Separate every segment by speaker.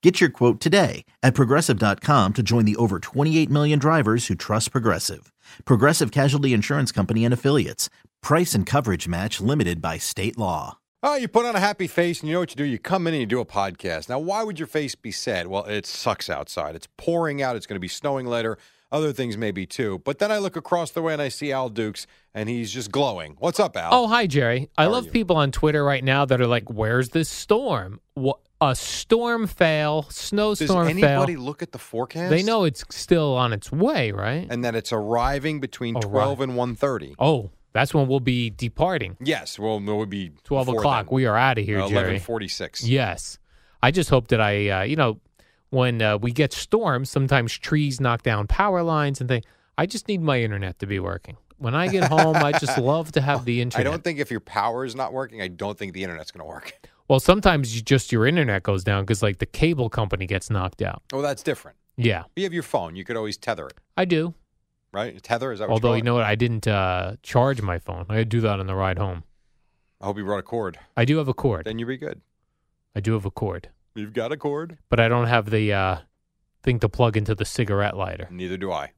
Speaker 1: Get your quote today at progressive.com to join the over 28 million drivers who trust Progressive. Progressive Casualty Insurance Company and Affiliates. Price and coverage match limited by state law.
Speaker 2: Oh, you put on a happy face, and you know what you do? You come in and you do a podcast. Now, why would your face be sad? Well, it sucks outside. It's pouring out. It's going to be snowing later. Other things maybe too. But then I look across the way and I see Al Dukes, and he's just glowing. What's up, Al?
Speaker 3: Oh, hi, Jerry. I
Speaker 2: How are
Speaker 3: love
Speaker 2: you?
Speaker 3: people on Twitter right now that are like, "Where's this storm? What a storm fail,
Speaker 2: Does
Speaker 3: snowstorm fail."
Speaker 2: anybody look at the forecast?
Speaker 3: They know it's still on its way, right?
Speaker 2: and that it's arriving between
Speaker 3: Arrive.
Speaker 2: twelve and one thirty.
Speaker 3: oh, that's when we'll be departing.
Speaker 2: Yes, well, it would be
Speaker 3: Twelve o'clock. We are out of here,
Speaker 2: eleven
Speaker 3: Jerry.
Speaker 2: forty-six.
Speaker 3: Yes, I just hope that I, uh, you know, when uh, we get storms, sometimes trees knock down power lines and things. I just need my internet to be working. When I get home, I just love to have the
Speaker 2: I
Speaker 3: internet.
Speaker 2: don't think if your power is not working, I don't think the internet's going to work.
Speaker 3: well, sometimes you just your internet goes down because like the cable company gets knocked out.
Speaker 2: Well, that's different.
Speaker 3: Yeah.
Speaker 2: You have your phone. You could always tether it,
Speaker 3: I do.
Speaker 2: right? Tether is that? What
Speaker 3: Although
Speaker 2: call
Speaker 3: you
Speaker 2: it?
Speaker 3: know what, I didn't uh, charge my phone. I do that on the ride home.
Speaker 2: I hope you brought a cord.
Speaker 3: I do have a cord.
Speaker 2: Then you'd be good.
Speaker 3: I do have a cord,
Speaker 2: You've got a cord.
Speaker 3: but I don't have the uh, thing to plug into the cigarette lighter.
Speaker 2: Neither do I.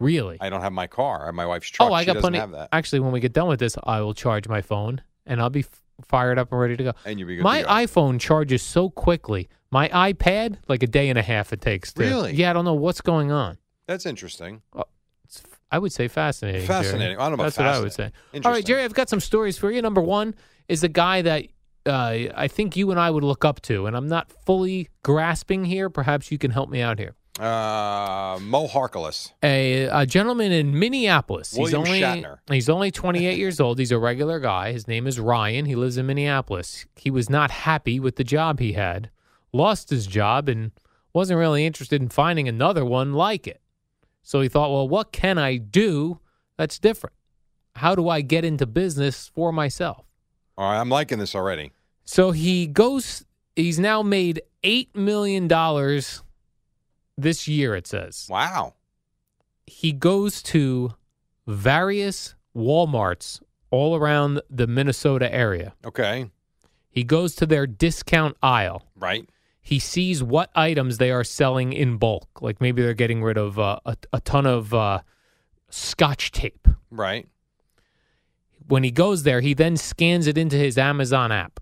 Speaker 3: Really?
Speaker 2: I don't have my car. I have my wife's truck.
Speaker 3: oh, I
Speaker 2: she
Speaker 3: got
Speaker 2: doesn't
Speaker 3: plenty.
Speaker 2: have that.
Speaker 3: Actually, when we get done with this, I will charge my phone and I'll be f- fired up and ready to go.
Speaker 2: and you'd be good.
Speaker 3: My
Speaker 2: to go.
Speaker 3: iPhone charges so quickly. My iPad, like a day and a half, it takes. To,
Speaker 2: Really?
Speaker 3: Yeah, I don't know what's going on.
Speaker 2: That's interesting.
Speaker 3: It's, f- I would say fascinating. Jerry.
Speaker 2: Fascinating. I don't know about
Speaker 3: That's what I would say.
Speaker 2: fascinating.
Speaker 3: All right,
Speaker 2: Interesting.
Speaker 3: Jerry, I've got some stories for you. Number one is a guy that uh, I think you and I would look up to, and I'm not fully grasping here. Perhaps you can help me out here.
Speaker 2: Uh, Mo Harkless.
Speaker 3: A, a gentleman in Minneapolis.
Speaker 2: William
Speaker 3: he's only
Speaker 2: Shatner.
Speaker 3: he's only 28 years old. He's a regular guy. His name is Ryan. He lives in Minneapolis. He was not happy with the job he had, lost his job, and wasn't really interested in finding another one like it. So he thought, well, what can I do that's different? How do I get into business for myself?
Speaker 2: All right, I'm liking this already.
Speaker 3: So he goes. He's now made eight million dollars this year. It says
Speaker 2: Wow.
Speaker 3: he goes to various WalMarts all around the Minnesota area.
Speaker 2: Okay.
Speaker 3: He goes to their discount aisle.
Speaker 2: Right.
Speaker 3: He sees what items they are selling in bulk. Like maybe they're getting rid of uh, a, a ton of uh, Scotch tape.
Speaker 2: Right.
Speaker 3: when he goes there, he then scans it into his Amazon app.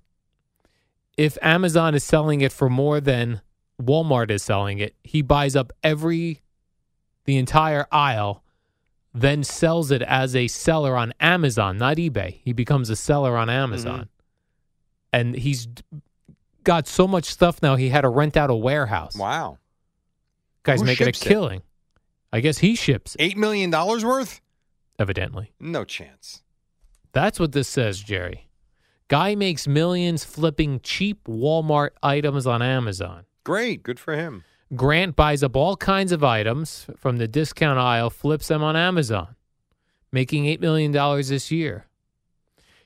Speaker 3: If Amazon is selling it for more than Walmart is selling it, he buys up every the entire aisle, then sells it as a seller on Amazon, not eBay. He becomes a seller on Amazon.
Speaker 2: Mm-hmm.
Speaker 3: And he's d- got so much stuff now he had to rent out a warehouse.
Speaker 2: Wow.
Speaker 3: Guy's
Speaker 2: Who
Speaker 3: making a
Speaker 2: ships it?
Speaker 3: killing. I guess he ships it,
Speaker 2: Eight million dollars worth?
Speaker 3: evidently.
Speaker 2: No chance.
Speaker 3: That's what this says, Jerry. Guy makes millions flipping cheap Walmart items on Amazon.
Speaker 2: Great. Good for him.
Speaker 3: Grant buys up all kinds of items from the discount aisle, flips them on Amazon, making $8 million this year.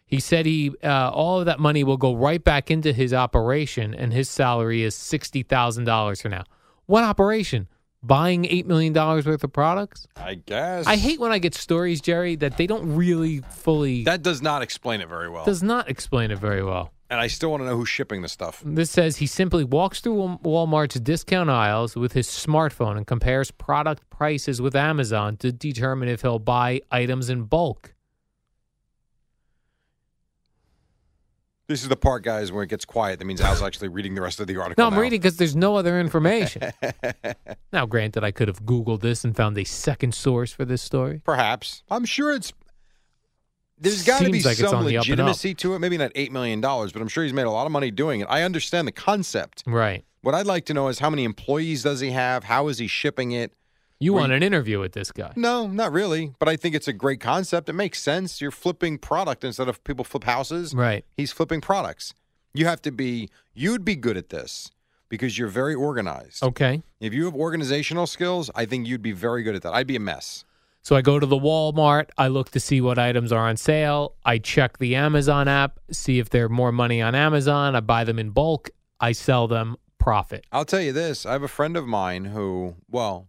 Speaker 3: He said he uh, all of that money will go right back into his operation, and his salary is $60,000 for now. What operation? buying $8 million worth of products?
Speaker 2: I guess.
Speaker 3: I hate when I get stories, Jerry, that they don't really fully.
Speaker 2: that. Does not explain it very well.
Speaker 3: does not explain it very well.
Speaker 2: and I still want to know who's shipping the stuff.
Speaker 3: This says he simply walks through Wal- Walmart's discount aisles with his smartphone and compares product prices with Amazon to determine if he'll buy items in bulk.
Speaker 2: This is the part, guys, where it gets quiet. That means Al's actually reading the rest of the article.
Speaker 3: No, I'm
Speaker 2: now.
Speaker 3: reading because there's no other information. now, granted, I could have Googled this and found a second source for this story.
Speaker 2: Perhaps. I'm sure it's. There's got to be
Speaker 3: Seems like it's
Speaker 2: some
Speaker 3: on the up and up.
Speaker 2: legitimacy to it. Maybe not $8 million, but I'm sure he's made a lot of money doing it. I understand the concept.
Speaker 3: Right.
Speaker 2: What I'd like to know is how many employees does he have? How is he shipping it?
Speaker 3: You
Speaker 2: Were
Speaker 3: want an interview with this guy.
Speaker 2: No, not really. But I think it's a great concept. It makes sense. You're flipping product instead of people flip houses.
Speaker 3: Right.
Speaker 2: He's flipping products. You have to be, you'd be good at this because you're very organized.
Speaker 3: Okay.
Speaker 2: If you have organizational skills, I think you'd be very good at that. I'd be a mess.
Speaker 3: So I go to the Walmart. I look to see what items are on sale. I check the Amazon app, see if they're more money on Amazon. I buy them in bulk. I sell them profit.
Speaker 2: I'll tell you this. I have a friend of mine who, well,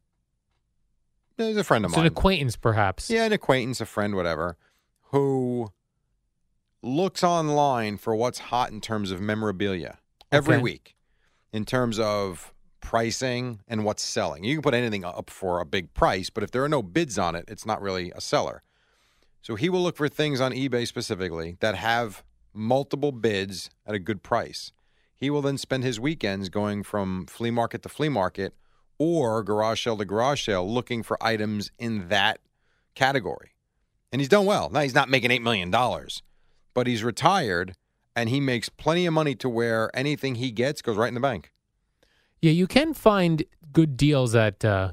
Speaker 2: yeah, he's a friend of
Speaker 3: It's
Speaker 2: mine.
Speaker 3: an acquaintance, perhaps.
Speaker 2: Yeah, an acquaintance, a friend, whatever, who looks online for what's hot in terms of memorabilia every
Speaker 3: Okay.
Speaker 2: week, in terms of pricing and what's selling. You can put anything up for a big price, but if there are no bids on it, it's not really a seller. So he will look for things on eBay specifically that have multiple bids at a good price. He will then spend his weekends going from flea market to flea market or garage sale to garage sale looking for items in that category. And he's done well. Now he's not making $8 million, but he's retired and he makes plenty of money to where anything he gets goes right in the bank.
Speaker 3: Yeah, you can find good deals at uh,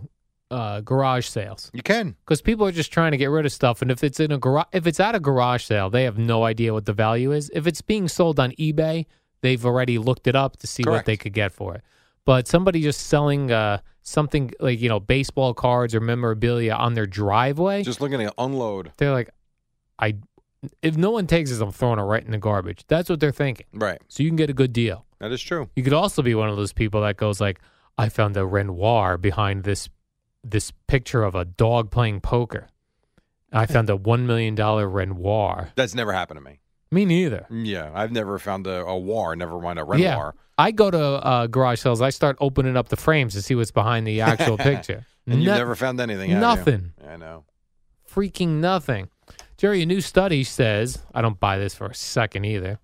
Speaker 3: uh, garage sales
Speaker 2: You can.
Speaker 3: because people are just trying to get rid of stuff. And if it's in a garage, if it's at a garage sale, they have no idea what the value is. If it's being sold on eBay, they've already looked it up to see what
Speaker 2: Correct.
Speaker 3: they could get for it. But somebody just selling uh, something like you know baseball cards or memorabilia on their driveway,
Speaker 2: Just looking to unload.
Speaker 3: they're like, I. If no one takes this, I'm throwing it right in the garbage. That's what they're thinking.
Speaker 2: Right.
Speaker 3: So you can get a good deal.
Speaker 2: That is true.
Speaker 3: You could also be one of those people that goes like, "I found a Renoir behind this this picture of a dog playing poker. I found a one million dollar Renoir."
Speaker 2: That's never happened to me.
Speaker 3: Me neither.
Speaker 2: Yeah. I've never found a, a war, never mind a
Speaker 3: Yeah.
Speaker 2: Renoir.
Speaker 3: I go to uh, garage sales. I start opening up the frames to see what's behind the actual picture.
Speaker 2: And you've
Speaker 3: No-
Speaker 2: never found anything. have you?
Speaker 3: nothing.
Speaker 2: I know.
Speaker 3: freaking nothing. Jerry, a new study says, I don't buy this for a second either.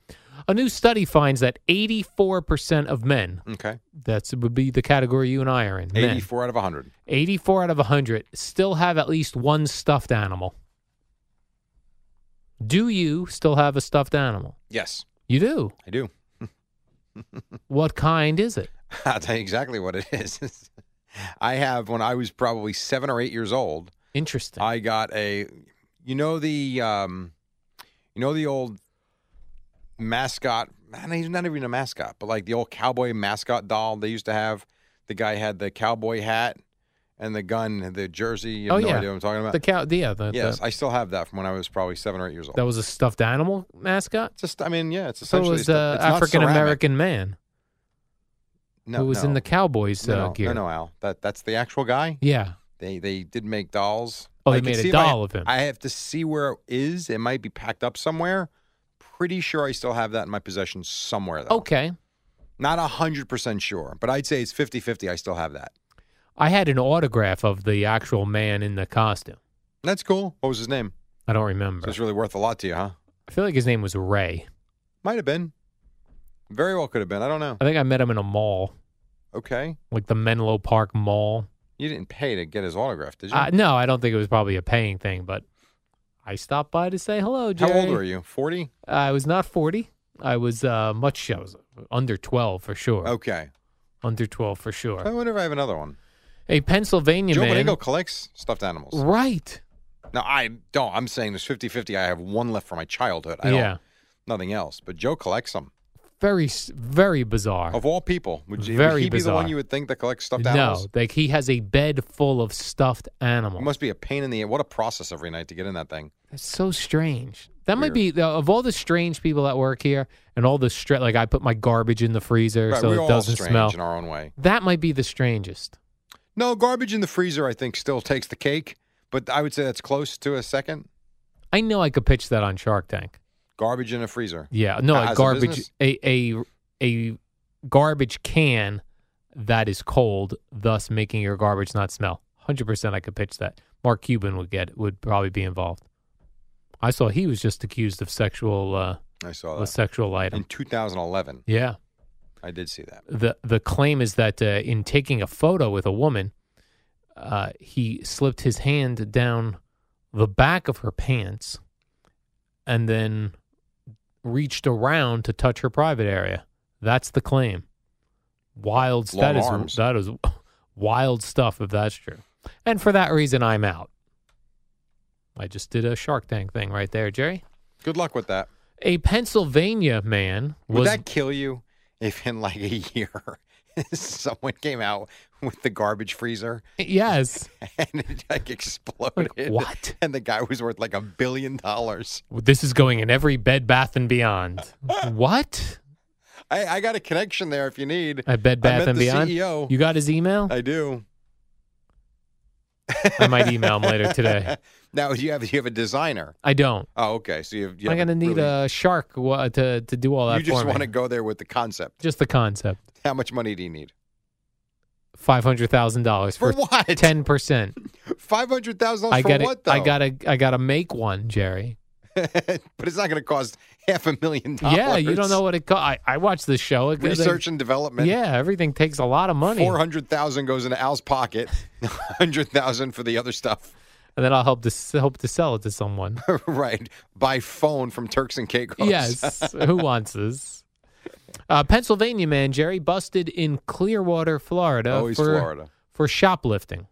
Speaker 3: A new study finds that 84% of men,
Speaker 2: Okay.
Speaker 3: that's would be the category you and I are in, men,
Speaker 2: 84 out of 100.
Speaker 3: 84 out of 100 still have at least one stuffed animal. Do you still have a stuffed animal?
Speaker 2: Yes,
Speaker 3: You do.
Speaker 2: I do.
Speaker 3: What kind is it?
Speaker 2: I'll tell you exactly what it is. I have, when I was probably seven or eight years old,
Speaker 3: Interesting.
Speaker 2: I got a, you know the, um, you know the old mascot. Man, he's not even a mascot, but like the old cowboy mascot doll they used to have. The guy had the cowboy hat and the gun, the jersey. You have
Speaker 3: Oh,
Speaker 2: no
Speaker 3: yeah.
Speaker 2: idea what I'm talking about.
Speaker 3: the cow, yeah, the, the-
Speaker 2: yes, I still have that from when I was probably seven or eight years old.
Speaker 3: that was a stuffed animal mascot.
Speaker 2: Just, I mean, yeah, it's
Speaker 3: So it
Speaker 2: essentially
Speaker 3: was uh,
Speaker 2: stu-
Speaker 3: an
Speaker 2: it's not
Speaker 3: African
Speaker 2: ceramic.
Speaker 3: American man
Speaker 2: No,
Speaker 3: who was
Speaker 2: no.
Speaker 3: in the Cowboys
Speaker 2: no,
Speaker 3: uh,
Speaker 2: no,
Speaker 3: gear.
Speaker 2: no, no, Al. That that's the actual guy.
Speaker 3: Yeah.
Speaker 2: They they did make dolls.
Speaker 3: Oh, they
Speaker 2: I can
Speaker 3: made a
Speaker 2: see if I-
Speaker 3: doll of him.
Speaker 2: I have to see where it is. It might be packed up somewhere. Pretty sure I still have that in my possession somewhere though.
Speaker 3: Okay.
Speaker 2: Not hundred percent sure, but I'd say it's 50-50. I still have that.
Speaker 3: I had an autograph of the actual man in the costume.
Speaker 2: That's cool. What was his name?
Speaker 3: I don't
Speaker 2: So
Speaker 3: remember.
Speaker 2: it's really worth a lot to you, huh?
Speaker 3: I feel like his name was Ray.
Speaker 2: Might have been. Very well could have been. I don't know.
Speaker 3: I think I met him in a mall,
Speaker 2: Okay.
Speaker 3: like the Menlo Park Mall.
Speaker 2: You didn't pay to get his autograph, did you?
Speaker 3: Uh, no, I don't think it was probably a paying thing, but I stopped by to say hello.
Speaker 2: How
Speaker 3: Jerry.
Speaker 2: old were you? Forty?
Speaker 3: I was not forty. I was uh, much. I was under twelve for sure.
Speaker 2: Okay.
Speaker 3: Under twelve for sure.
Speaker 2: I wonder if I have another one.
Speaker 3: A Pennsylvania
Speaker 2: Oh. Joe
Speaker 3: man.
Speaker 2: Bonango collects stuffed animals.
Speaker 3: Right.
Speaker 2: Now I don't. I'm saying there's 50-50. I have one left from my childhood. I
Speaker 3: yeah.
Speaker 2: Don't, nothing else. But Joe collects them.
Speaker 3: Very, s- very bizarre.
Speaker 2: Of all people, would you,
Speaker 3: Very
Speaker 2: would he be the
Speaker 3: bizarre.
Speaker 2: one you would think that collects Oh, stuffed
Speaker 3: no,
Speaker 2: animals?
Speaker 3: like he has a bed full of stuffed
Speaker 2: It
Speaker 3: animals.
Speaker 2: must be a pain in the what a process every night to get in that thing.
Speaker 3: That's so strange. That might be the, of all the strange people that work here, and all the stra- like I put my garbage in the freezer
Speaker 2: Right,
Speaker 3: so
Speaker 2: we're
Speaker 3: it
Speaker 2: all
Speaker 3: doesn't
Speaker 2: strange
Speaker 3: smell.
Speaker 2: in our own way.
Speaker 3: That might be the strangest.
Speaker 2: No, garbage in the freezer, I think, still takes the cake, but I would say that's close to a second.
Speaker 3: I know I could pitch that on Shark Tank.
Speaker 2: Garbage in a freezer.
Speaker 3: Yeah, no,
Speaker 2: As
Speaker 3: a
Speaker 2: a
Speaker 3: garbage
Speaker 2: business?
Speaker 3: a, a a garbage can that is cold, thus making your garbage not smell. Hundred percent, I could pitch that. Mark Cuban would get would probably be involved. I saw he was just accused of sexual uh,
Speaker 2: I saw
Speaker 3: a
Speaker 2: that.
Speaker 3: sexual
Speaker 2: In
Speaker 3: item.
Speaker 2: 2011,
Speaker 3: Yeah,
Speaker 2: I did see that.
Speaker 3: the the claim is that uh, in taking a photo with a woman, uh, he slipped his hand down the back of her pants, and then reached around to touch her private area. That's the claim. Wild.
Speaker 2: Long
Speaker 3: that is
Speaker 2: arms.
Speaker 3: that is wild stuff. If that's true, and for that reason, I'm out. I just did a Shark Tank thing right there, Jerry.
Speaker 2: Good luck with that.
Speaker 3: A Pennsylvania man
Speaker 2: Would
Speaker 3: was
Speaker 2: that kill you if in like a year someone came out with the garbage freezer
Speaker 3: yes.
Speaker 2: and it like exploded?
Speaker 3: what?
Speaker 2: And the guy was worth like a billion dollars.
Speaker 3: This is going in every Bed Bath and Beyond. what?
Speaker 2: I, I got a connection there if you need.
Speaker 3: At Bed
Speaker 2: I
Speaker 3: Bath
Speaker 2: met
Speaker 3: and
Speaker 2: the E
Speaker 3: Beyond?
Speaker 2: CEO.
Speaker 3: You got his email?
Speaker 2: I do.
Speaker 3: I might email him later today.
Speaker 2: Now you have you have a designer.
Speaker 3: I don't.
Speaker 2: Oh, okay. So you have. You
Speaker 3: I'm
Speaker 2: have
Speaker 3: gonna need
Speaker 2: really-
Speaker 3: a shark wa- to to do all that
Speaker 2: You just
Speaker 3: for
Speaker 2: want
Speaker 3: me.
Speaker 2: to go there with the concept.
Speaker 3: Just the concept.
Speaker 2: How much money do you need?
Speaker 3: Five hundred thousand dollars
Speaker 2: For
Speaker 3: for
Speaker 2: what?
Speaker 3: ten percent.
Speaker 2: Five hundred thousand
Speaker 3: I
Speaker 2: dollars for
Speaker 3: got
Speaker 2: what though?
Speaker 3: I gotta I gotta make one, Jerry.
Speaker 2: but it's not going to cost half a million dollars.
Speaker 3: Yeah, you don't know what it. Co- I I watch the show. It-
Speaker 2: Research and development.
Speaker 3: Yeah, everything takes a lot of money,
Speaker 2: Four hundred thousand goes into Al's pocket. Hundred thousand for the other stuff.
Speaker 3: and then I'll help to s- help to sell it to someone.
Speaker 2: right. By phone from Turks and Caicos.
Speaker 3: Yes. Who wants this? Uh, Pennsylvania man Jerry busted in Clearwater, Florida,
Speaker 2: Always
Speaker 3: for,
Speaker 2: Oh, Florida.
Speaker 3: for shoplifting.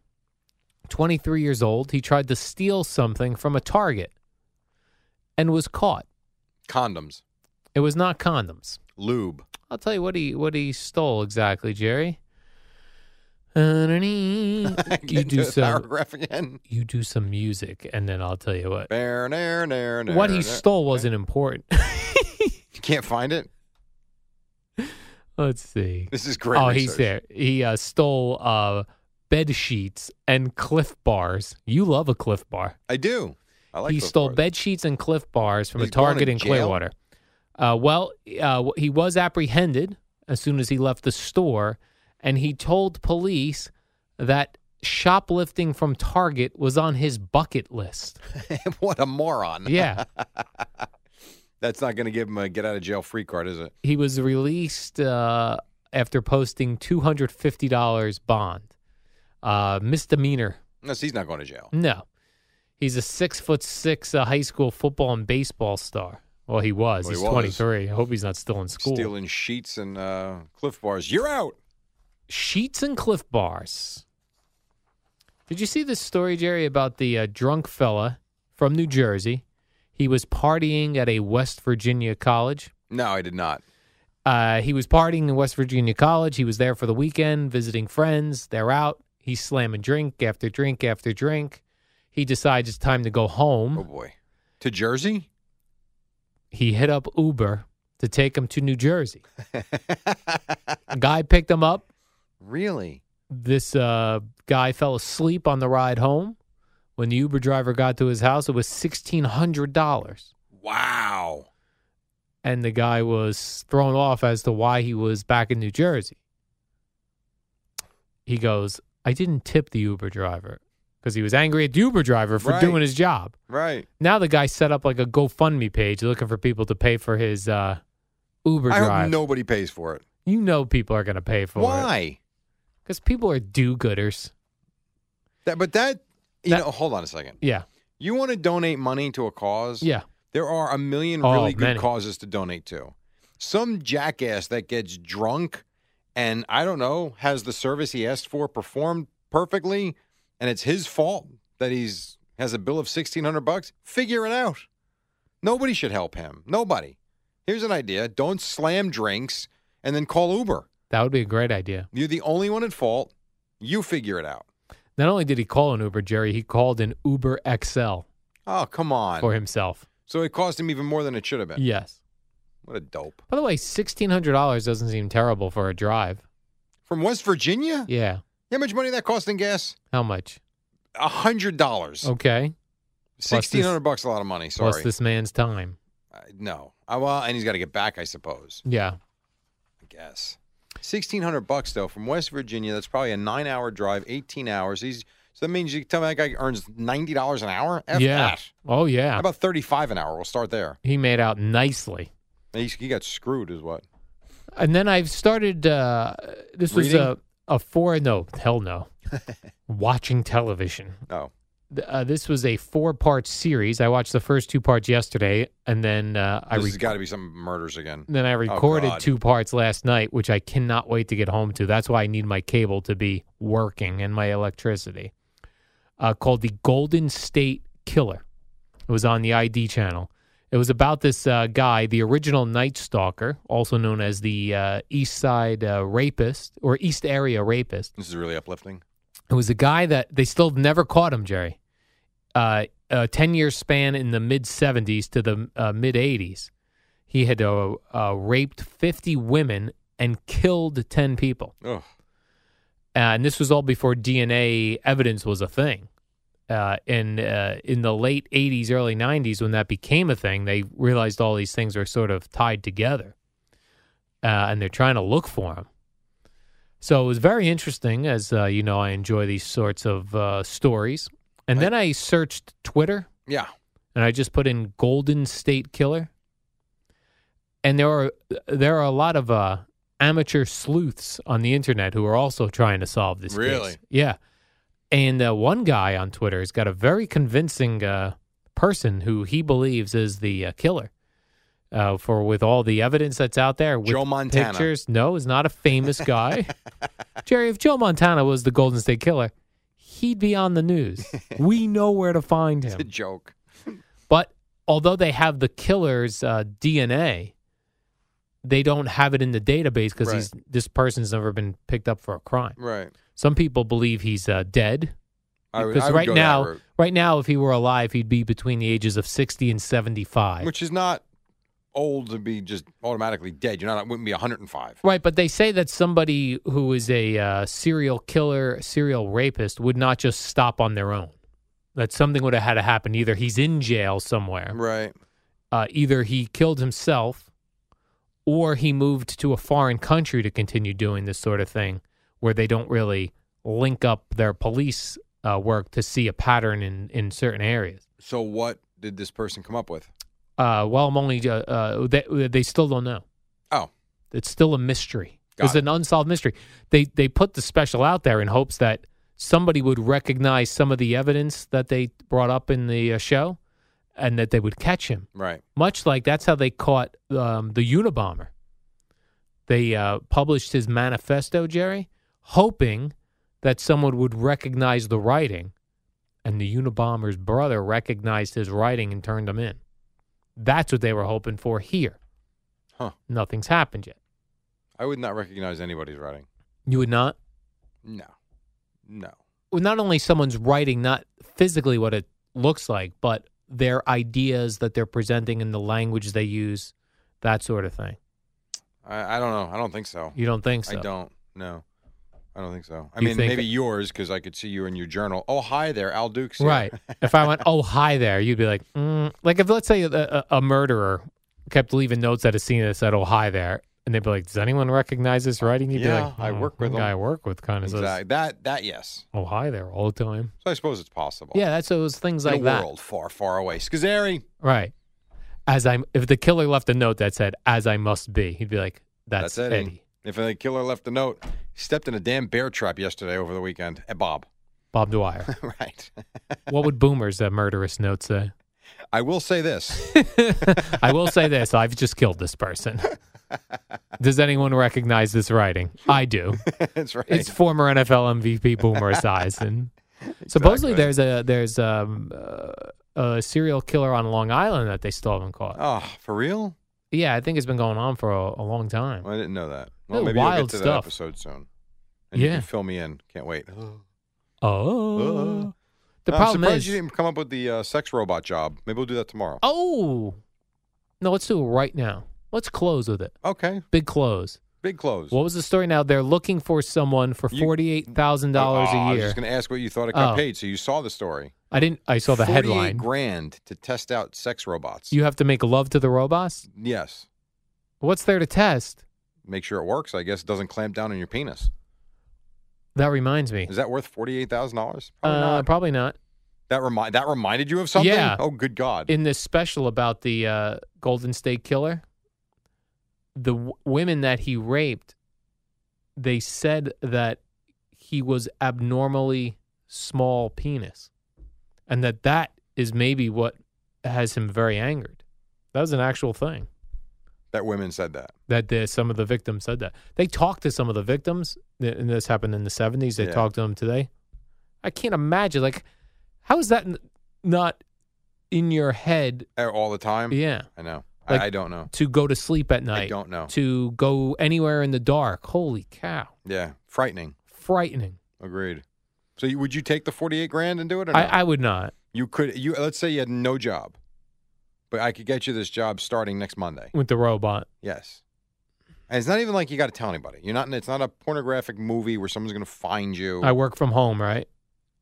Speaker 3: 23 years old, he tried to steal something from a Target and was caught.
Speaker 2: Condoms.
Speaker 3: It was not condoms.
Speaker 2: Lube.
Speaker 3: I'll tell you what he what he stole exactly, Jerry. You
Speaker 2: Get
Speaker 3: do
Speaker 2: into the
Speaker 3: some
Speaker 2: paragraph again.
Speaker 3: you do some music and then I'll tell you what.
Speaker 2: Bear, nair, nair, nair,
Speaker 3: What he
Speaker 2: nair.
Speaker 3: stole wasn't important.
Speaker 2: You can't find it.
Speaker 3: Let's see.
Speaker 2: This is great.
Speaker 3: oh,
Speaker 2: research.
Speaker 3: he's there. He uh, stole uh, bed sheets and Cliff bars. You love a Cliff bar.
Speaker 2: I do. I like
Speaker 3: he
Speaker 2: those
Speaker 3: stole
Speaker 2: bars.
Speaker 3: bed sheets and Cliff bars from
Speaker 2: He's
Speaker 3: a
Speaker 2: going to
Speaker 3: Target in
Speaker 2: jail?
Speaker 3: Clearwater. Uh, well, uh, he was apprehended as soon as he left the store, and he told police that shoplifting from Target was on his bucket list.
Speaker 2: what a moron.
Speaker 3: Yeah,
Speaker 2: That's not going to give him a get out of jail free card, is it?
Speaker 3: he was released uh, after posting two hundred fifty dollars bond, uh, misdemeanor
Speaker 2: No, so he's not going to jail.
Speaker 3: No, he's a six foot six uh, high school football and baseball star. Well, he was.
Speaker 2: Well, he
Speaker 3: he's
Speaker 2: was.
Speaker 3: twenty three. I hope he's not still in school.
Speaker 2: Stealing sheets and uh, cliff bars. You're out.
Speaker 3: Sheets and Cliff Bars. Did you see this story, Jerry, about the uh, drunk fella from New Jersey? He was partying at a West Virginia college.
Speaker 2: No, I did not.
Speaker 3: Uh, he was partying in West Virginia College. He was there for the weekend visiting friends. They're out. He's slamming drink after drink after drink. He decides it's time to go home.
Speaker 2: Oh boy. To Jersey?
Speaker 3: he hit up Uber to take him to New Jersey. A guy picked him up.
Speaker 2: Really?
Speaker 3: This uh, guy fell asleep on the ride home. When the Uber driver got to his house, it was sixteen hundred dollars,
Speaker 2: Wow.
Speaker 3: and the guy was thrown off as to why he was back in New Jersey. He goes, "I didn't tip the Uber driver because he was angry at the Uber driver for
Speaker 2: Right.
Speaker 3: doing his job."
Speaker 2: Right.
Speaker 3: Now the guy set up like a GoFundMe page looking for people to pay for his uh, Uber
Speaker 2: I
Speaker 3: driver.
Speaker 2: hope nobody pays for it.
Speaker 3: You know people are going to pay for it.
Speaker 2: Why?
Speaker 3: Because people are do-gooders.
Speaker 2: That, but that, you
Speaker 3: That-
Speaker 2: know, hold on a second.
Speaker 3: Yeah,
Speaker 2: You want to donate money to a cause?
Speaker 3: yeah.
Speaker 2: There are a million
Speaker 3: Oh,
Speaker 2: really good
Speaker 3: many.
Speaker 2: causes to donate to. Some jackass that gets drunk and I don't know has the service he asked for performed perfectly, and it's his fault that he's has a bill of sixteen hundred bucks. Figure it out. Nobody should help him. Nobody. Here's an idea: don't slam drinks and then call Uber.
Speaker 3: That would be a great idea.
Speaker 2: You're the only one at fault. You figure it out.
Speaker 3: Not only did he call an Uber, Jerry, he called an Uber XL
Speaker 2: Oh come on!
Speaker 3: for himself.
Speaker 2: So it cost him even more than it should have been.
Speaker 3: Yes.
Speaker 2: What a dope!
Speaker 3: By the way, $1,600 doesn't seem terrible for a drive.
Speaker 2: From West Virginia. You
Speaker 3: Yeah.
Speaker 2: know how much money that cost in gas?
Speaker 3: How much?
Speaker 2: A hundred dollars.
Speaker 3: Okay. plus
Speaker 2: Sixteen hundred bucks. A lot of money. Sorry.
Speaker 3: Oh, Plus this man's time.
Speaker 2: Uh, no. Uh, well, and he's got to get back, I suppose.
Speaker 3: Yeah.
Speaker 2: I guess. Sixteen hundred bucks though from West Virginia. That's probably a nine-hour drive, eighteen hours. He's so that means you can tell me that guy earns ninety dollars an hour. F
Speaker 3: yeah.
Speaker 2: that.
Speaker 3: Oh yeah.
Speaker 2: How about thirty-five an hour? We'll start there.
Speaker 3: he made out nicely.
Speaker 2: He's, he got screwed, is what.
Speaker 3: And then I've started. Uh, this was
Speaker 2: Reading?
Speaker 3: a a four. No, hell no. Watching television.
Speaker 2: No.
Speaker 3: Th- Uh, this was a four part series. I watched the first two parts yesterday, and then uh, I
Speaker 2: This
Speaker 3: re-
Speaker 2: has got to be some murders again.
Speaker 3: then I recorded
Speaker 2: God.
Speaker 3: two parts last night, which I cannot wait to get home to. That's why I need my cable to be working and my electricity. Uh, called the Golden State Killer. It was on the ID channel. It was about this uh, guy, the original Night Stalker, also known as the uh, East Side uh, Rapist or East Area Rapist.
Speaker 2: This is really uplifting.
Speaker 3: It was a guy that they still have never caught him, Jerry. Uh, a 10 year span in the mid 70s to the uh, mid 80s. He had uh, uh, raped 50 women and killed 10 people.
Speaker 2: Ugh.
Speaker 3: Uh, and this was all before DNA evidence was a thing. Uh, and uh, in the late 80s, early 90s, when that became a thing, they realized all these things are sort of tied together. Uh, and they're trying to look for him. So it was very interesting, as uh, you know, I enjoy these sorts of uh, stories. And then I searched Twitter
Speaker 2: Yeah.
Speaker 3: and I just put in Golden State Killer. And there are there are a lot of uh, amateur sleuths on the internet who are also trying to solve this. case.
Speaker 2: Really?
Speaker 3: Yeah. And uh, one guy on Twitter has got a very convincing uh, person who he believes is the uh, killer. Uh, for with all the evidence that's out there, with
Speaker 2: Joe Montana.
Speaker 3: pictures, no, is not a famous guy. Jerry, if Joe Montana was the Golden State Killer, he'd be on the news. we know where to find him.
Speaker 2: It's a joke.
Speaker 3: But although they have the killer's uh, DNA, they don't have it in the database because
Speaker 2: Right.
Speaker 3: he's this person's never been picked up for a crime.
Speaker 2: Right.
Speaker 3: Some people believe he's uh, dead
Speaker 2: I would, I
Speaker 3: because
Speaker 2: would
Speaker 3: right
Speaker 2: go that
Speaker 3: now,
Speaker 2: route,
Speaker 3: right now, if he were alive, he'd be between the ages of sixty and seventy-five.
Speaker 2: which is not old to be just automatically dead. You're not. It wouldn't be 105.
Speaker 3: Right, but they say that somebody who is a uh, serial killer, serial rapist, would not just stop on their own. That something would have had to happen. Either he's in jail somewhere,
Speaker 2: Right.
Speaker 3: uh, either he killed himself or he moved to a foreign country to continue doing this sort of thing where they don't really link up their police uh, work to see a pattern in, in certain areas.
Speaker 2: So what did this person come up with?
Speaker 3: Uh, well, I'm only, uh, uh, they, they still don't know.
Speaker 2: Oh,
Speaker 3: It's still a mystery.
Speaker 2: Got
Speaker 3: it's
Speaker 2: it.
Speaker 3: an unsolved mystery. They, they put the special out there in hopes that somebody would recognize some of the evidence that they brought up in the uh, show and that they would catch him.
Speaker 2: right.
Speaker 3: Much like that's how they caught um, the Unabomber. They uh, published his manifesto, Jerry, hoping that someone would recognize the writing, and the Unabomber's brother recognized his writing and turned him in. That's what they were hoping for here.
Speaker 2: Huh.
Speaker 3: Nothing's happened yet.
Speaker 2: I would not recognize anybody's writing.
Speaker 3: You would not.
Speaker 2: No. No.
Speaker 3: Well, not only someone's writing, not physically what it looks like, but their ideas that they're presenting and the language they use, that sort of thing.
Speaker 2: I, I don't know. I don't think so.
Speaker 3: You don't think so?
Speaker 2: I don't. No. I don't think so. I
Speaker 3: You
Speaker 2: mean,
Speaker 3: think-
Speaker 2: maybe yours because I could see you in your journal. Oh, hi there, Al Dukes. here.
Speaker 3: Right. If I went, oh, hi there, you'd be like, mm. like if let's say a, a, a murderer kept leaving notes at a scene that said, oh, hi there, and they'd be like, does anyone recognize this writing? You'd be
Speaker 2: Yeah,
Speaker 3: like,
Speaker 2: I
Speaker 3: "Oh,
Speaker 2: work with
Speaker 3: the
Speaker 2: them."
Speaker 3: guy I work with kind of
Speaker 2: Exactly.
Speaker 3: says,
Speaker 2: That. That. Yes.
Speaker 3: oh, hi there all the time.
Speaker 2: So I suppose it's possible.
Speaker 3: Yeah, that's those things
Speaker 2: In
Speaker 3: like
Speaker 2: a
Speaker 3: that.
Speaker 2: world far, far away. Schizzeri.
Speaker 3: Right. As I'm, if the killer left a note that said, as I must be, he'd be like, that's,
Speaker 2: That's it.
Speaker 3: Eddie.
Speaker 2: If the killer left a note, he stepped in a damn bear trap yesterday over the weekend. Eh, Bob.
Speaker 3: Bob Dwyer.
Speaker 2: right.
Speaker 3: what would boomers that murderous note say?
Speaker 2: I will say this.
Speaker 3: I will say this I've just killed this person. Does anyone recognize this writing? I do.
Speaker 2: That's right.
Speaker 3: It's former NFL MVP Boomer Esiason. Supposedly,
Speaker 2: Exactly.
Speaker 3: there's a there's um, uh, a serial killer on Long Island that they still haven't caught.
Speaker 2: Oh, for real?
Speaker 3: Yeah, I think it's been going on for a, a long time.
Speaker 2: Well, I didn't know that. Well,
Speaker 3: Oh,
Speaker 2: maybe we'll
Speaker 3: wild
Speaker 2: get to that
Speaker 3: stuff.
Speaker 2: episode soon. And you
Speaker 3: Yeah.
Speaker 2: can fill me in. Can't wait.
Speaker 3: Oh, the
Speaker 2: I'm
Speaker 3: problem
Speaker 2: Uh, surprised
Speaker 3: is
Speaker 2: you didn't come up with the uh, sex robot job. Maybe we'll do that tomorrow.
Speaker 3: oh no, let's do it right now. Let's close with it.
Speaker 2: Okay.
Speaker 3: Big close.
Speaker 2: Big clothes.
Speaker 3: What was the story now? They're looking for someone for
Speaker 2: You-
Speaker 3: $48,000
Speaker 2: Oh, I
Speaker 3: a
Speaker 2: was
Speaker 3: year.
Speaker 2: just going to ask what you thought it got
Speaker 3: Oh.
Speaker 2: paid, so you saw the story.
Speaker 3: I didn't, I saw the
Speaker 2: 48
Speaker 3: headline.
Speaker 2: Grand to test out sex robots.
Speaker 3: You have to make love to the robots?
Speaker 2: yes.
Speaker 3: What's there to test?
Speaker 2: Make sure it works. I guess it doesn't clamp down on your penis.
Speaker 3: That reminds me.
Speaker 2: Is that worth forty eight thousand dollars?
Speaker 3: uh, Probably not.
Speaker 2: That remind that reminded you of something.
Speaker 3: Yeah.
Speaker 2: Oh, good God.
Speaker 3: in this special about the uh, Golden State Killer, the w- women that he raped, they said that he was abnormally small penis, and that that is maybe what has him very angered. That was an actual thing
Speaker 2: that women said that.
Speaker 3: that the, some of the victims said that they talked to some of the victims, th- and this happened in the seventies. They
Speaker 2: Yeah.
Speaker 3: talked to them today. I can't imagine like how is that n- not in your head?
Speaker 2: Uh, all the time.
Speaker 3: Yeah.
Speaker 2: I know.
Speaker 3: Like-
Speaker 2: I, I don't know.
Speaker 3: to go to sleep at night.
Speaker 2: I don't know.
Speaker 3: To go anywhere in the dark. Holy cow.
Speaker 2: Yeah, frightening.
Speaker 3: Frightening.
Speaker 2: Agreed. So you, would you take the forty eight grand and do it? Or
Speaker 3: I,
Speaker 2: no?
Speaker 3: I would not.
Speaker 2: you could. You let's say you had no job, but I could get you this job starting next Monday.
Speaker 3: With the robot.
Speaker 2: Yes. And it's not even like you got to tell anybody. You're not. It's not a pornographic movie where someone's going to find you.
Speaker 3: I work from home, right?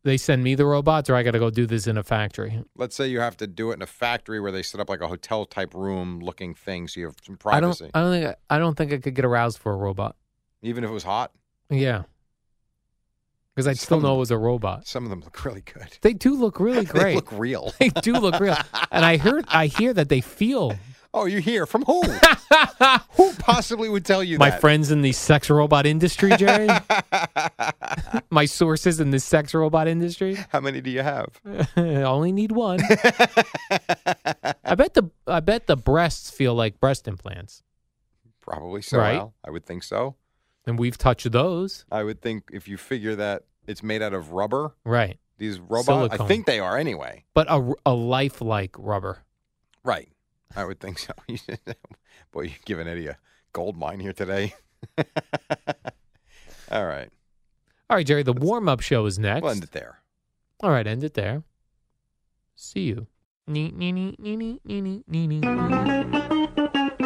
Speaker 3: They send me the robots or I got to go do this in a factory.
Speaker 2: Let's say you have to do it in a factory where they set up like a hotel type room looking thing, so you have some
Speaker 3: I don't
Speaker 2: privacy.
Speaker 3: uh I don't think I, I don't think I could get aroused for a robot.
Speaker 2: Even if it was hot,
Speaker 3: Yeah. Cuz I'd still
Speaker 2: Some-
Speaker 3: know it was a robot.
Speaker 2: some of them look really good.
Speaker 3: They do look really
Speaker 2: They
Speaker 3: great.
Speaker 2: look real.
Speaker 3: They do look real. And I heard I hear that they feel.
Speaker 2: Oh, you hear from who? who possibly would tell you
Speaker 3: My
Speaker 2: that?
Speaker 3: friends in the sex robot industry, Jerry. My sources in the sex robot industry.
Speaker 2: How many do you have?
Speaker 3: I only need one. I bet the I bet the breasts feel like breast implants,
Speaker 2: Probably so.
Speaker 3: Right.
Speaker 2: Al. I would think so.
Speaker 3: and we've touched those.
Speaker 2: I would think if you figure that it's made out of rubber,
Speaker 3: Right,
Speaker 2: these robots. I
Speaker 3: Silicone.
Speaker 2: think they are anyway.
Speaker 3: but a, a lifelike rubber.
Speaker 2: Right. I would think so. You should- Boy, you're giving Eddie a gold mine here today. All right.
Speaker 3: All right, Jerry. The warm up show is next.
Speaker 2: We'll end it there.
Speaker 3: All right, end it there. See you. Nee, nee, nee, nee, nee, nee, nee, nee, nee, nee.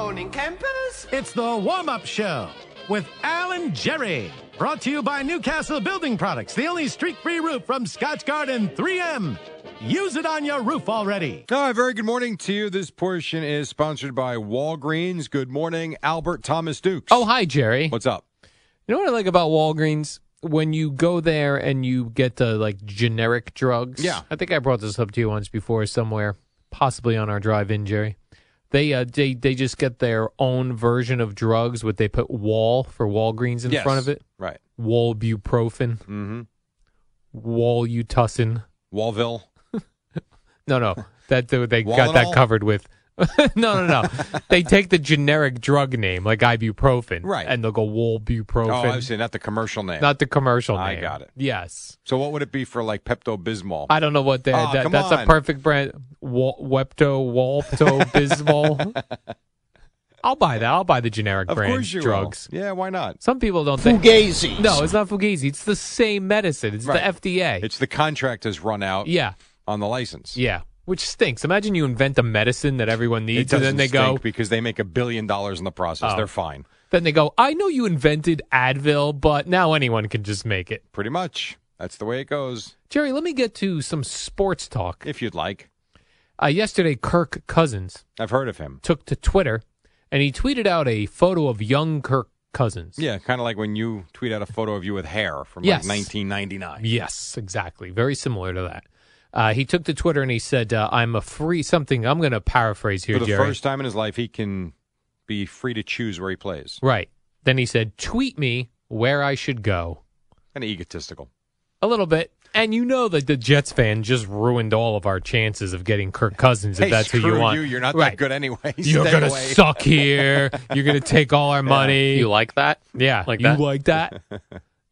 Speaker 4: It's the warm up show with Alan Jerry. Brought to you by Newcastle Building Products, the only streak free roof from Scotch Garden 3M. Use it on your roof already.
Speaker 2: All right, very good morning to you. This portion is sponsored by Walgreens. Good morning, Albert Thomas Dukes.
Speaker 3: Oh, hi, Jerry.
Speaker 2: What's up?
Speaker 3: You know what I like about Walgreens? When you go there and you get the like generic drugs.
Speaker 2: Yeah.
Speaker 3: I think I brought this up to you once before somewhere, possibly on our drive in, Jerry. They uh they, they just get their own version of drugs what they put wall for Walgreens in
Speaker 2: Yes.
Speaker 3: front of it.
Speaker 2: Right.
Speaker 3: Walbuprofen,
Speaker 2: Mm-hmm.
Speaker 3: Walutussin.
Speaker 2: Wallville.
Speaker 3: No, no. That they they got
Speaker 2: Walanol?
Speaker 3: that covered with no, no, no. they take the generic drug name like ibuprofen,
Speaker 2: Right.
Speaker 3: And they'll go Walbuprofen,
Speaker 2: Oh, obviously not the commercial name.
Speaker 3: not the commercial name.
Speaker 2: I got it.
Speaker 3: Yes,
Speaker 2: so what would it be for like Pepto Bismol?
Speaker 3: I don't know what they.
Speaker 2: Aw,
Speaker 3: that,
Speaker 2: come
Speaker 3: that's
Speaker 2: on.
Speaker 3: a perfect brand. Wa- Wepto, Walpto, Bismol. I'll buy that. I'll buy the generic
Speaker 2: of
Speaker 3: brand
Speaker 2: course you will.
Speaker 3: drugs.
Speaker 2: Yeah, why not?
Speaker 3: Some people don't think Fugazi. No, it's not Fugazi. It's the same medicine. It's
Speaker 2: Right.
Speaker 3: the FDA.
Speaker 2: It's the contract has run out
Speaker 3: yeah,
Speaker 2: on the license.
Speaker 3: yeah. Which stinks. Imagine you invent a medicine that everyone
Speaker 2: It
Speaker 3: needs,
Speaker 2: doesn't
Speaker 3: and then they
Speaker 2: stink
Speaker 3: go.
Speaker 2: because they make a billion dollars in the process.
Speaker 3: Oh.
Speaker 2: They're fine,
Speaker 3: Then they go. I know you invented Advil, but now anyone can just make it.
Speaker 2: pretty much. That's the way it goes.
Speaker 3: Jerry, let me get to some sports talk.
Speaker 2: If you'd like,
Speaker 3: Uh, yesterday, Kirk Cousins
Speaker 2: I've heard of him.
Speaker 3: took to Twitter and he tweeted out a photo of young Kirk Cousins.
Speaker 2: Yeah, kind of like when you tweet out a photo of you with hair from
Speaker 3: Yes.
Speaker 2: like 1999.
Speaker 3: Yes, exactly. Very similar to that. Uh, he took to Twitter and he said, uh, "I'm a free something." I'm going to paraphrase here,
Speaker 2: For the
Speaker 3: Jerry.
Speaker 2: first time in his life, he can be free to choose where he plays.
Speaker 3: Right. Then he said, "Tweet me where I should go."
Speaker 2: Kind of egotistical.
Speaker 3: A little bit, and you know that the Jets fan just ruined all of our chances of getting Kirk Cousins if
Speaker 2: hey,
Speaker 3: that's who
Speaker 2: screw
Speaker 3: you want.
Speaker 2: You. are not
Speaker 3: right.
Speaker 2: that good anyway.
Speaker 3: You're
Speaker 2: Stay
Speaker 3: gonna
Speaker 2: away.
Speaker 3: suck here. You're gonna take all our money.
Speaker 5: You like that?
Speaker 3: Yeah,
Speaker 5: Like
Speaker 3: you
Speaker 5: that?
Speaker 3: like that.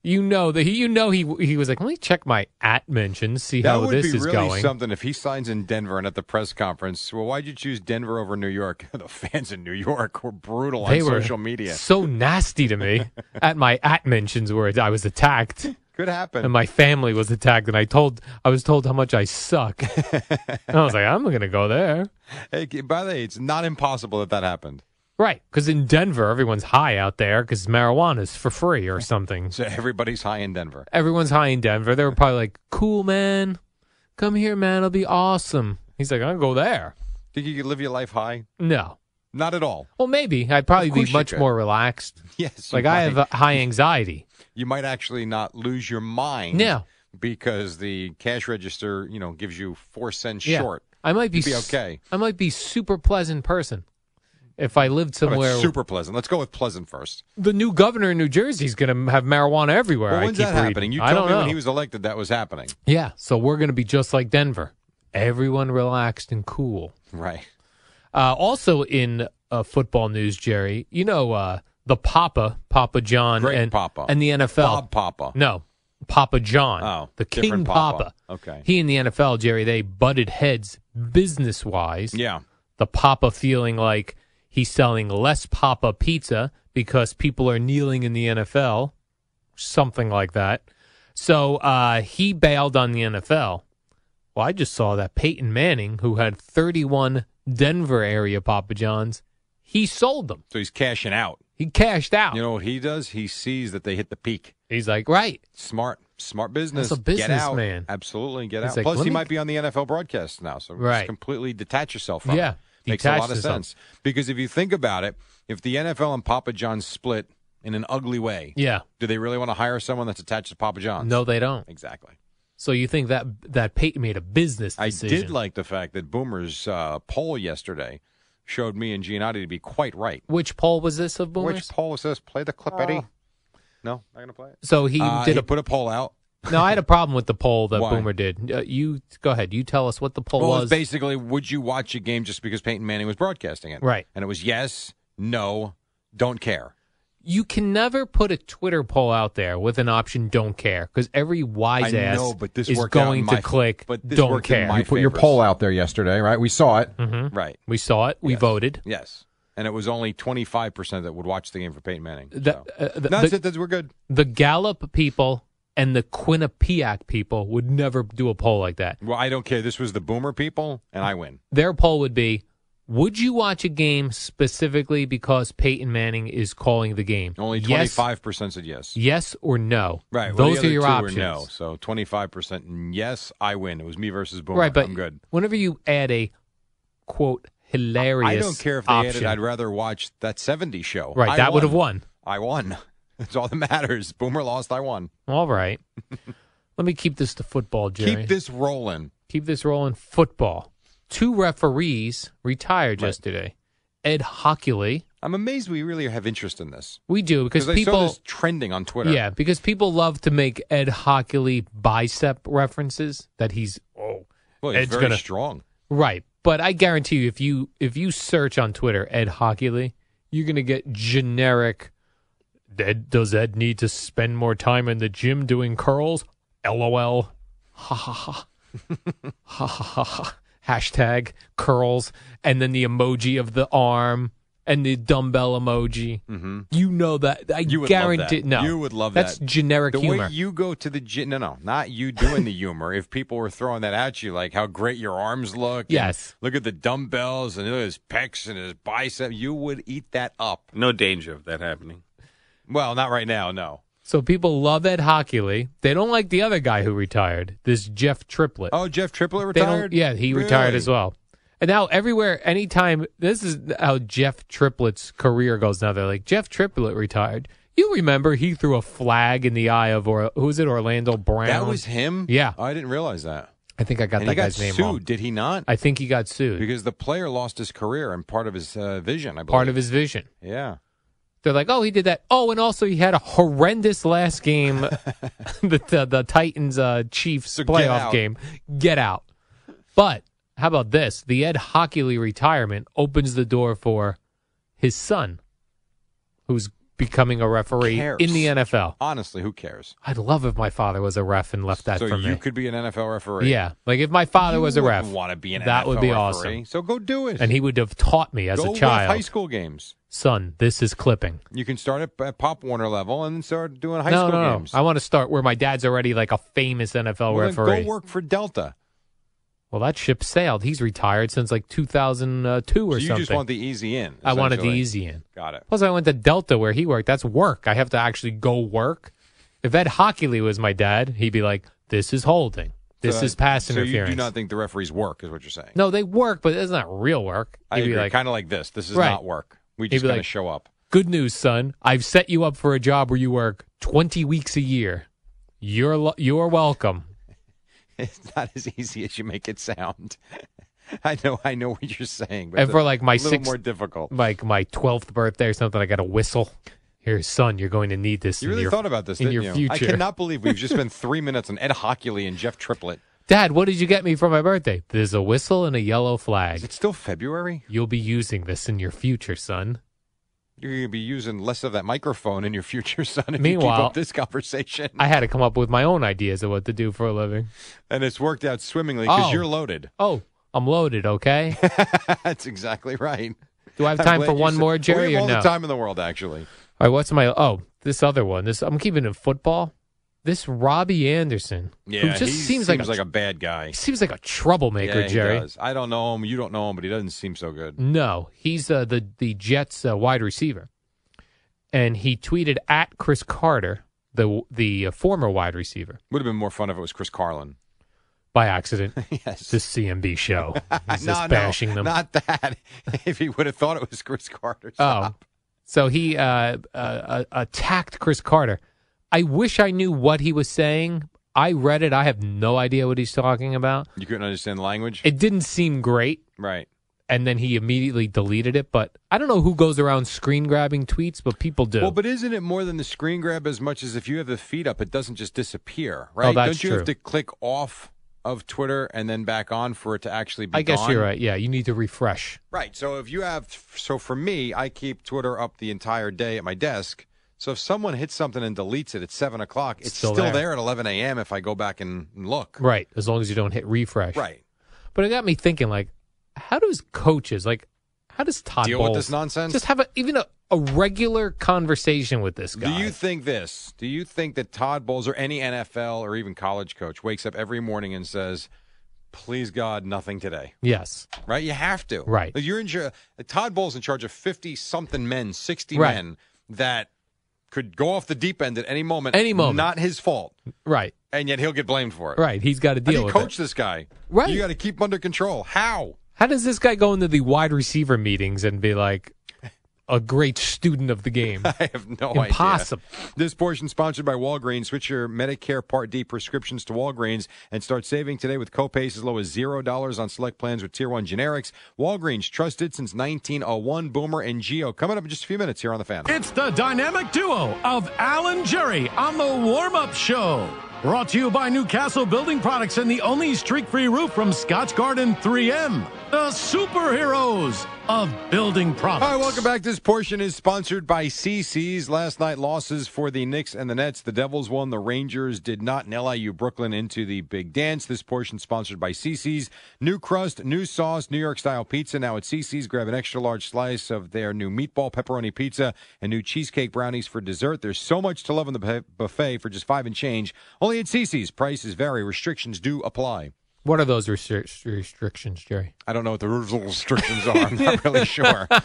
Speaker 3: you know that he, you know he he was like, let me check my at mentions, see
Speaker 2: That
Speaker 3: how
Speaker 2: would
Speaker 3: this
Speaker 2: be
Speaker 3: is
Speaker 2: really
Speaker 3: going.
Speaker 2: something if he signs in Denver and at the press conference. Well, why'd you choose Denver over New York? the fans in New York were brutal on social media.
Speaker 3: so nasty to me at my at mentions where I was attacked.
Speaker 2: Could happen.
Speaker 3: and my family was attacked and I told I was told how much I suck. and I was like, I'm not gonna go there.
Speaker 2: Hey, by the way, it's not impossible that that happened.
Speaker 3: Right, because in Denver, everyone's high out there because marijuana's for free or something.
Speaker 2: So everybody's high in Denver.
Speaker 3: Everyone's high in Denver. They were probably like, "Cool, man, come here, man. It'll be awesome." He's like, "I'll go there."
Speaker 2: Think you could live your life high?
Speaker 3: No.
Speaker 2: Not at all.
Speaker 3: Well, maybe I'd probably
Speaker 2: Of
Speaker 3: be
Speaker 2: course you
Speaker 3: much
Speaker 2: could.
Speaker 3: more relaxed.
Speaker 2: Yes. you
Speaker 3: Like I
Speaker 2: might-
Speaker 3: have uh, high anxiety.
Speaker 2: you might actually not lose your mind.
Speaker 3: Yeah.
Speaker 2: Because the cash register, you know, gives you four cents
Speaker 3: Yeah.
Speaker 2: short.
Speaker 3: I might be,
Speaker 2: You'd be
Speaker 3: s-
Speaker 2: okay.
Speaker 3: I might be super pleasant person if I lived
Speaker 2: How about
Speaker 3: somewhere.
Speaker 2: super pleasant. Let's go with pleasant first.
Speaker 3: the new governor in New Jersey is going to have marijuana everywhere.
Speaker 2: Well,
Speaker 3: I
Speaker 2: when's
Speaker 3: keep
Speaker 2: that
Speaker 3: reading.
Speaker 2: happening? You
Speaker 3: I
Speaker 2: told
Speaker 3: don't
Speaker 2: me
Speaker 3: know.
Speaker 2: when he was elected that was happening.
Speaker 3: Yeah, so we're going to be just like Denver. Everyone relaxed and cool.
Speaker 2: Right.
Speaker 3: Uh, also in uh, football news, Jerry, you know uh, the Papa, Papa John,
Speaker 2: Great
Speaker 3: and
Speaker 2: Papa.
Speaker 3: and the NFL.
Speaker 2: Bob Papa.
Speaker 3: No, Papa John.
Speaker 2: Oh,
Speaker 3: the King
Speaker 2: different Papa.
Speaker 3: Papa.
Speaker 2: Okay.
Speaker 3: He and the NFL, Jerry, they butted heads business wise.
Speaker 2: Yeah.
Speaker 3: The Papa feeling like he's selling less Papa pizza because people are kneeling in the NFL, something like that. So uh, he bailed on the NFL. Well, I just saw that Peyton Manning, who had 31 Denver area Papa Johns, he sold them.
Speaker 2: So he's cashing out.
Speaker 3: He cashed out.
Speaker 2: You know what he does? He sees that they hit the peak.
Speaker 3: he's like, right.
Speaker 2: Smart, smart business.
Speaker 3: That's a
Speaker 2: Get out.
Speaker 3: businessman.
Speaker 2: Absolutely, get
Speaker 3: He's
Speaker 2: out.
Speaker 3: like,
Speaker 2: Plus,
Speaker 3: let
Speaker 2: he
Speaker 3: me-
Speaker 2: might be on the NFL broadcast now, so just
Speaker 3: Right.
Speaker 2: completely detach yourself from
Speaker 3: Yeah,
Speaker 2: it. Makes a
Speaker 3: detach
Speaker 2: lot of
Speaker 3: yourself.
Speaker 2: sense because if you think about it, if the NFL and Papa John's split in an ugly way,
Speaker 3: Yeah.
Speaker 2: do they really want to hire someone that's attached to Papa John's?
Speaker 3: No, they don't.
Speaker 2: exactly.
Speaker 3: So you think that that Peyton made a business
Speaker 2: I
Speaker 3: decision?
Speaker 2: did like the fact that Boomer's uh, poll yesterday showed me and Giannotti to be quite right.
Speaker 3: Which poll was this of Boomers?
Speaker 2: Which poll says play the clip, Eddie? No, not gonna play it.
Speaker 3: So Uh, he
Speaker 2: Uh,
Speaker 3: did
Speaker 2: he
Speaker 3: a
Speaker 2: put a poll out.
Speaker 3: No, I had a problem with the poll that
Speaker 2: Why?
Speaker 3: Boomer did. Uh, you go ahead. You tell us what the poll
Speaker 2: Well, it
Speaker 3: was.
Speaker 2: was basically, would you watch a game just because Peyton Manning was broadcasting it?
Speaker 3: Right.
Speaker 2: And it was yes, no, don't care.
Speaker 3: you can never put a Twitter poll out there with an option "don't care" because every wise
Speaker 2: I
Speaker 3: ass
Speaker 2: know, but this
Speaker 3: is
Speaker 2: worked out in
Speaker 3: going
Speaker 2: my-
Speaker 3: to click
Speaker 2: but this
Speaker 3: "don't
Speaker 2: worked in
Speaker 3: care."
Speaker 2: my
Speaker 5: You put your
Speaker 2: favors.
Speaker 5: poll out there yesterday, right? We saw it.
Speaker 3: Mhm.
Speaker 2: Right.
Speaker 3: We saw it. We
Speaker 2: Yes.
Speaker 3: voted.
Speaker 2: Yes. And it was only 25% that would watch the game for Peyton Manning.
Speaker 3: The,
Speaker 2: so.
Speaker 3: uh, the,
Speaker 2: No, that's
Speaker 3: the,
Speaker 2: it. That's, we're good.
Speaker 3: the Gallup people and the Quinnipiac people would never do a poll like that.
Speaker 2: Well, I don't care. This was the boomer people, and I win.
Speaker 3: Their poll would be: Would you watch a game specifically because Peyton Manning is calling the game?
Speaker 2: Only
Speaker 3: Yes,
Speaker 2: 25% said yes.
Speaker 3: Yes or no.
Speaker 2: Right. well,
Speaker 3: Those
Speaker 2: the
Speaker 3: are your
Speaker 2: other
Speaker 3: options.
Speaker 2: two were no. So 25% yes, I win. It was me versus boomer.
Speaker 3: Right, but
Speaker 2: I'm good.
Speaker 3: whenever you add a quote hilarious,
Speaker 2: I don't care if they
Speaker 3: option,
Speaker 2: added. I'd rather watch that 70 show.
Speaker 3: right,
Speaker 2: I
Speaker 3: that would have
Speaker 2: won.
Speaker 3: won.
Speaker 2: I won. That's all that matters. Boomer lost. I won.
Speaker 3: All right, let me keep this to football, Jerry.
Speaker 2: Keep this rolling.
Speaker 3: Keep this rolling. Football. Two referees retired yesterday. Ed Hockley.
Speaker 2: I'm amazed we really have interest in this
Speaker 3: We do because
Speaker 2: because I saw
Speaker 3: people.
Speaker 2: this trending on Twitter.
Speaker 3: Yeah, because people love to make Ed Hockley bicep references that he's oh,
Speaker 2: well, he's
Speaker 3: Ed's
Speaker 2: very
Speaker 3: gonna-
Speaker 2: strong.
Speaker 3: Right, but I guarantee you, if you if you search on Twitter Ed Hockley, you're gonna get generic. Ed, does Ed need to spend more time in the gym doing curls? LOL. Ha ha ha. ha ha ha ha. Hashtag curls, and then the emoji of the arm and the dumbbell emoji. Mm-hmm. You know that. I
Speaker 2: You would love
Speaker 3: guarantee.
Speaker 2: that.
Speaker 3: No,
Speaker 2: you would love
Speaker 3: that's
Speaker 2: that.
Speaker 3: generic
Speaker 2: the
Speaker 3: humor.
Speaker 2: way you go to the gym. No, no, not you doing the humor. If people were throwing that at you, like how great your arms look. and
Speaker 3: Yes.
Speaker 2: look at the dumbbells and look at his pecs and his bicep. You would eat that up.
Speaker 6: No danger of that happening.
Speaker 2: Well, not right now. No.
Speaker 3: so people love Ed Hockley. They don't like the other guy who retired. This Jeff Triplett.
Speaker 2: Oh, Jeff Triplett
Speaker 3: They don't-
Speaker 2: retired.
Speaker 3: yeah, he retired
Speaker 2: Really?
Speaker 3: as well. And now everywhere, anytime, this is how Jeff Triplett's career goes now. They're like, Jeff Triplett retired. You remember he threw a flag in the eye of, or who is it, Orlando Brown?
Speaker 2: That was him.
Speaker 3: Yeah.
Speaker 2: Oh, I didn't realize that.
Speaker 3: I think I got
Speaker 2: and
Speaker 3: that
Speaker 2: he got
Speaker 3: guy's name
Speaker 2: sued,
Speaker 3: wrong.
Speaker 2: did he not?
Speaker 3: I think he got sued.
Speaker 2: Because the player lost his career and part of his uh, vision, I believe.
Speaker 3: part of his vision.
Speaker 2: Yeah.
Speaker 3: They're like, oh, he did that. Oh, and also he had a horrendous last game, the, the the Titans uh, Chiefs
Speaker 2: So get
Speaker 3: playoff
Speaker 2: out.
Speaker 3: game. Get out. But how about this? The Ed Hockley retirement opens the door for his son, who's becoming a referee
Speaker 2: cares?
Speaker 3: in the NFL.
Speaker 2: Honestly, who cares?
Speaker 3: I'd love if my father was a ref and left that
Speaker 2: so
Speaker 3: for
Speaker 2: you
Speaker 3: me.
Speaker 2: could be an NFL referee.
Speaker 3: Yeah, like if my father
Speaker 2: You
Speaker 3: was a
Speaker 2: wouldn't
Speaker 3: ref,
Speaker 2: Want to be an
Speaker 3: that would
Speaker 2: NFL
Speaker 3: be
Speaker 2: referee,
Speaker 3: awesome.
Speaker 2: So go do it.
Speaker 3: and he would have taught me as
Speaker 2: go
Speaker 3: a
Speaker 2: ref
Speaker 3: child,
Speaker 2: high school games.
Speaker 3: son, this is clipping.
Speaker 2: You can start at, at Pop Warner level and then start doing high
Speaker 3: no,
Speaker 2: school
Speaker 3: no,
Speaker 2: games.
Speaker 3: no. I want to start where my dad's already like a famous NFL
Speaker 2: Well, then
Speaker 3: referee.
Speaker 2: Go work for Delta.
Speaker 3: Well, that ship sailed. He's retired since like 2002 or
Speaker 2: so you
Speaker 3: something.
Speaker 2: just want the easy in.
Speaker 3: I wanted the
Speaker 2: essentially.
Speaker 3: easy in.
Speaker 2: Got it.
Speaker 3: Plus, I went to Delta where he worked. That's work. I have to actually go work. If Ed Hockley was my dad, he'd be like, "This is holding. This
Speaker 2: So-
Speaker 3: is pass
Speaker 2: uh, so
Speaker 3: interference."
Speaker 2: you do not think the referees work, is what you're saying?
Speaker 3: no, they work, but it's not real work.
Speaker 2: I
Speaker 3: He'd
Speaker 2: agree.
Speaker 3: be like,
Speaker 2: kind of like this. This is
Speaker 3: Right.
Speaker 2: not work. We
Speaker 3: He'd
Speaker 2: just
Speaker 3: be
Speaker 2: got to
Speaker 3: like-
Speaker 2: show up.
Speaker 3: "Good news, son. I've set you up for a job where you work 20 weeks a year. You're lo- you're welcome."
Speaker 2: It's not as easy as you make it sound. I know, I know what you're saying. But
Speaker 3: And
Speaker 2: it's
Speaker 3: for,
Speaker 2: a
Speaker 3: like, my
Speaker 2: little
Speaker 3: sixth-
Speaker 2: more difficult.
Speaker 3: Like my 12th birthday or something, I got a whistle. Here, son, you're going to need this.
Speaker 2: You
Speaker 3: in
Speaker 2: really
Speaker 3: your-
Speaker 2: thought about this,
Speaker 3: in
Speaker 2: didn't
Speaker 3: your
Speaker 2: you?
Speaker 3: future.
Speaker 2: I cannot believe we've just spent three minutes on Ed Hockley and Jeff Triplett.
Speaker 3: Dad, what did you get me for my birthday? There's a whistle and a yellow
Speaker 2: Is
Speaker 3: flag.
Speaker 2: it still February?
Speaker 3: You'll be using this in your future, son.
Speaker 2: You're going to be using less of that microphone in your future, son. If you keep
Speaker 3: Meanwhile-
Speaker 2: up this conversation,
Speaker 3: I had to come up with my own ideas of what to do for a living.
Speaker 2: and it's worked out swimmingly because
Speaker 3: Oh.
Speaker 2: you're loaded.
Speaker 3: Oh, I'm loaded, okay?
Speaker 2: That's exactly right.
Speaker 3: Do I have
Speaker 2: I'm
Speaker 3: time
Speaker 2: glad
Speaker 3: for
Speaker 2: you
Speaker 3: one
Speaker 2: said-
Speaker 3: more,
Speaker 2: we
Speaker 3: Jerry,
Speaker 2: have
Speaker 3: or
Speaker 2: all
Speaker 3: no?
Speaker 2: the time in the world, actually.
Speaker 3: All right, what's my Oh, this other one. This I'm keeping in football. This Robbie Anderson, who
Speaker 2: Yeah,
Speaker 3: just
Speaker 2: he
Speaker 3: seems, like, a,
Speaker 2: a bad guy.
Speaker 3: he seems like a troublemaker,
Speaker 2: yeah, he
Speaker 3: Jerry.
Speaker 2: does. I don't know him. You don't know him, but he doesn't seem so good.
Speaker 3: No, he's uh, the the Jets uh, wide receiver, and he tweeted at Chris Carter, the the uh, former wide receiver,
Speaker 2: Would have been more fun if it was Chris Carlin.
Speaker 3: by accident.
Speaker 2: yes.
Speaker 3: This CMB show, he's
Speaker 2: no,
Speaker 3: just
Speaker 2: no,
Speaker 3: bashing them.
Speaker 2: Not that. if he would have thought it was Chris Carter.
Speaker 3: Oh,
Speaker 2: stop.
Speaker 3: so he uh, uh, uh, attacked Chris Carter. I wish I knew what he was saying. I read it. I have no idea what he's talking about.
Speaker 2: You couldn't understand the language?
Speaker 3: It didn't seem great,
Speaker 2: right.
Speaker 3: and then he immediately deleted it. But I don't know who goes around screen grabbing tweets, but people do.
Speaker 2: Well, but isn't it more than the screen grab as much as if you have the feed up, it doesn't just disappear, right?
Speaker 3: Oh, that's
Speaker 2: Don't you have
Speaker 3: true.
Speaker 2: to click off of Twitter and then back on for it to actually be
Speaker 3: I guess
Speaker 2: gone?
Speaker 3: you're right. Yeah, you need to refresh.
Speaker 2: Right. So if you have, so for me, I keep Twitter up the entire day at my desk. So if someone hits something and deletes it at seven o'clock, it's, still, there. at eleven a.m. If I go back and look.
Speaker 3: Right, as long as you don't hit refresh.
Speaker 2: Right.
Speaker 3: But it got me thinking, like, how does coaches, like, how does Todd
Speaker 2: Deal with
Speaker 3: Bowles
Speaker 2: this nonsense?
Speaker 3: Just have a, even a, a regular conversation with this guy.
Speaker 2: Do you think this? Do you think that Todd Bowles or any NFL or even college coach wakes up every morning and says, "Please God, nothing today."
Speaker 3: yes.
Speaker 2: Right? You have to.
Speaker 3: Right.
Speaker 2: Like, You're in. Jar- Todd Bowles in charge of fifty something men, sixty
Speaker 3: Right.
Speaker 2: men that could go off the deep end at any moment.
Speaker 3: Any moment.
Speaker 2: Not his fault,
Speaker 3: Right.
Speaker 2: and yet he'll get blamed for it.
Speaker 3: Right. He's got to
Speaker 2: How
Speaker 3: deal
Speaker 2: do you
Speaker 3: with
Speaker 2: coach
Speaker 3: it.
Speaker 2: this guy?
Speaker 3: Right.
Speaker 2: You got to keep him under control. How?
Speaker 3: How does this guy go into the wide receiver meetings and be like a great student of the game?
Speaker 2: I have no idea.
Speaker 3: Impossible.
Speaker 2: This portion sponsored by Walgreens. Switch your Medicare Part D prescriptions to Walgreens and start saving today with copays as low as zero dollars on select plans with Tier One generics. Walgreens, trusted since 1901. Boomer and Geo coming up in just a few minutes here on the Fan.
Speaker 4: It's the dynamic duo of Alan Jerry on the warm up show. Brought to you by Newcastle Building Products and the only streak free roof from Scotch Garden 3M, the superheroes of building products.
Speaker 2: All right, welcome back. This portion is sponsored by CC's. Last night losses for the Knicks and the Nets. The Devils won. The Rangers did not. And LIU Brooklyn into the big dance. This portion sponsored by CC's. New crust, new sauce, New York style pizza. Now at CC's, grab an extra large slice of their new meatball pepperoni pizza and new cheesecake brownies for dessert. There's so much to love in the bu- buffet for just five and change. Only at CC's. Prices vary. Restrictions do apply.
Speaker 3: What are those restric- restrictions, Jerry?
Speaker 2: I don't know what the rules and restrictions are. I'm not really sure. Check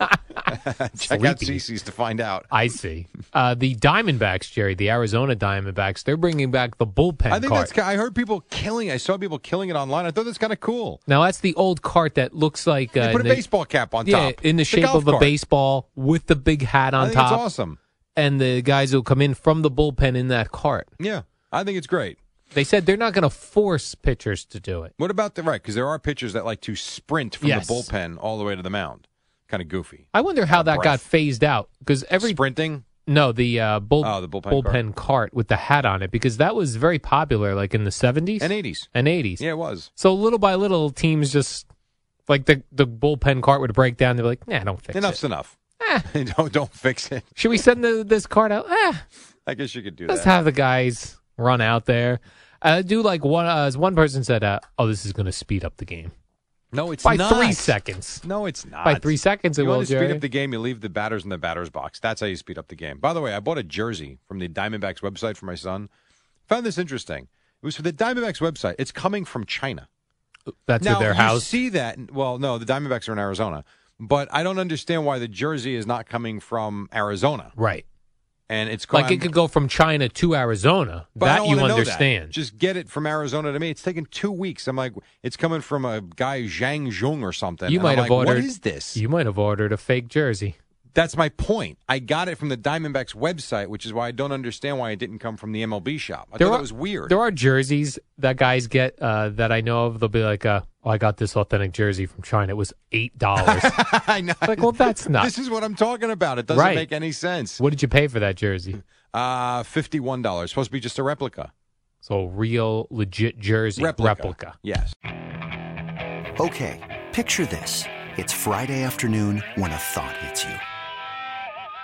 Speaker 2: out
Speaker 3: Sleepy.
Speaker 2: CC's to find out.
Speaker 3: I see. Uh, the Diamondbacks, Jerry, the Arizona Diamondbacks, they're bringing back the bullpen
Speaker 2: I think
Speaker 3: cart.
Speaker 2: that's. ki- I heard people killing. I saw people killing it online. I thought that's kind of cool.
Speaker 3: now, that's the old cart that looks like uh,
Speaker 2: They put a
Speaker 3: in the-
Speaker 2: baseball cap on
Speaker 3: yeah,
Speaker 2: top
Speaker 3: in the shape
Speaker 2: golf
Speaker 3: of a
Speaker 2: cart.
Speaker 3: baseball with the big hat
Speaker 2: I
Speaker 3: on
Speaker 2: think
Speaker 3: top.
Speaker 2: It's awesome.
Speaker 3: And the guys will come in from the bullpen in that cart.
Speaker 2: Yeah, I think it's great.
Speaker 3: They said they're not going to force pitchers to do it.
Speaker 2: What about the right? Because there are pitchers that like to sprint from
Speaker 3: Yes.
Speaker 2: the bullpen all the way to the mound. Kind of goofy.
Speaker 3: I wonder how
Speaker 2: Out of
Speaker 3: that got
Speaker 2: breath.
Speaker 3: phased out because every
Speaker 2: sprinting.
Speaker 3: No, the uh, bull,
Speaker 2: Oh, the bullpen
Speaker 3: cart. with the hat on it because that was very popular, like in the seventies
Speaker 2: And eighties.
Speaker 3: and eighties.
Speaker 2: Yeah, it was.
Speaker 3: So little by little, teams just like the the bullpen cart would break down. They're like, "Nah, don't fix
Speaker 2: Enough's
Speaker 3: it."
Speaker 2: enough.
Speaker 3: Eh, eh,
Speaker 2: don't don't fix it.
Speaker 3: should we send the, this card out? Eh,
Speaker 2: I guess you could do
Speaker 3: let's
Speaker 2: that.
Speaker 3: have the guys run out there. Uh, do like one, uh, as one person said, uh, oh, this is going to speed up the game
Speaker 2: no, it's
Speaker 3: by
Speaker 2: not.
Speaker 3: three seconds.
Speaker 2: No, it's not.
Speaker 3: By three seconds, it
Speaker 2: You
Speaker 3: will,
Speaker 2: want to speed
Speaker 3: Jerry.
Speaker 2: up the game, you leave the batters in the batter's box. That's how you speed up the game. By the way, I bought a jersey from the Diamondbacks website for my son. Found this interesting. It was for the Diamondbacks website. It's coming from China.
Speaker 3: That's
Speaker 2: now,
Speaker 3: at their
Speaker 2: you
Speaker 3: house.
Speaker 2: see that? Well, no, the Diamondbacks are in Arizona, but I don't understand why the jersey is not coming from Arizona.
Speaker 3: right.
Speaker 2: And it's
Speaker 3: Like it could go from China to Arizona.
Speaker 2: But I
Speaker 3: that
Speaker 2: don't
Speaker 3: you
Speaker 2: wanna know
Speaker 3: understand.
Speaker 2: Just get it from Arizona to me. It's taken two weeks. I'm like, it's coming from a guy Zhang Zhong or something.
Speaker 3: You
Speaker 2: And
Speaker 3: might
Speaker 2: I'm
Speaker 3: have
Speaker 2: like, What
Speaker 3: ordered-
Speaker 2: is this?
Speaker 3: you might have ordered a fake jersey.
Speaker 2: That's my point. I got it from the Diamondbacks website, which is why I don't understand why it didn't come from the MLB shop. I thought that was weird.
Speaker 3: There are jerseys that guys get uh, that I know of. They'll be like, uh, oh, "I got this authentic jersey from China. It was eight dollars."
Speaker 2: I know.
Speaker 3: like, well, that's not.
Speaker 2: This is what I'm talking about. It doesn't
Speaker 3: Right.
Speaker 2: make any sense.
Speaker 3: what did you pay for that jersey?
Speaker 2: Uh, Fifty-one dollars. Supposed to be just a replica.
Speaker 3: So real, legit jersey
Speaker 2: Replica.
Speaker 3: replica.
Speaker 2: Yes.
Speaker 6: Okay, picture this. It's Friday afternoon when a thought hits you.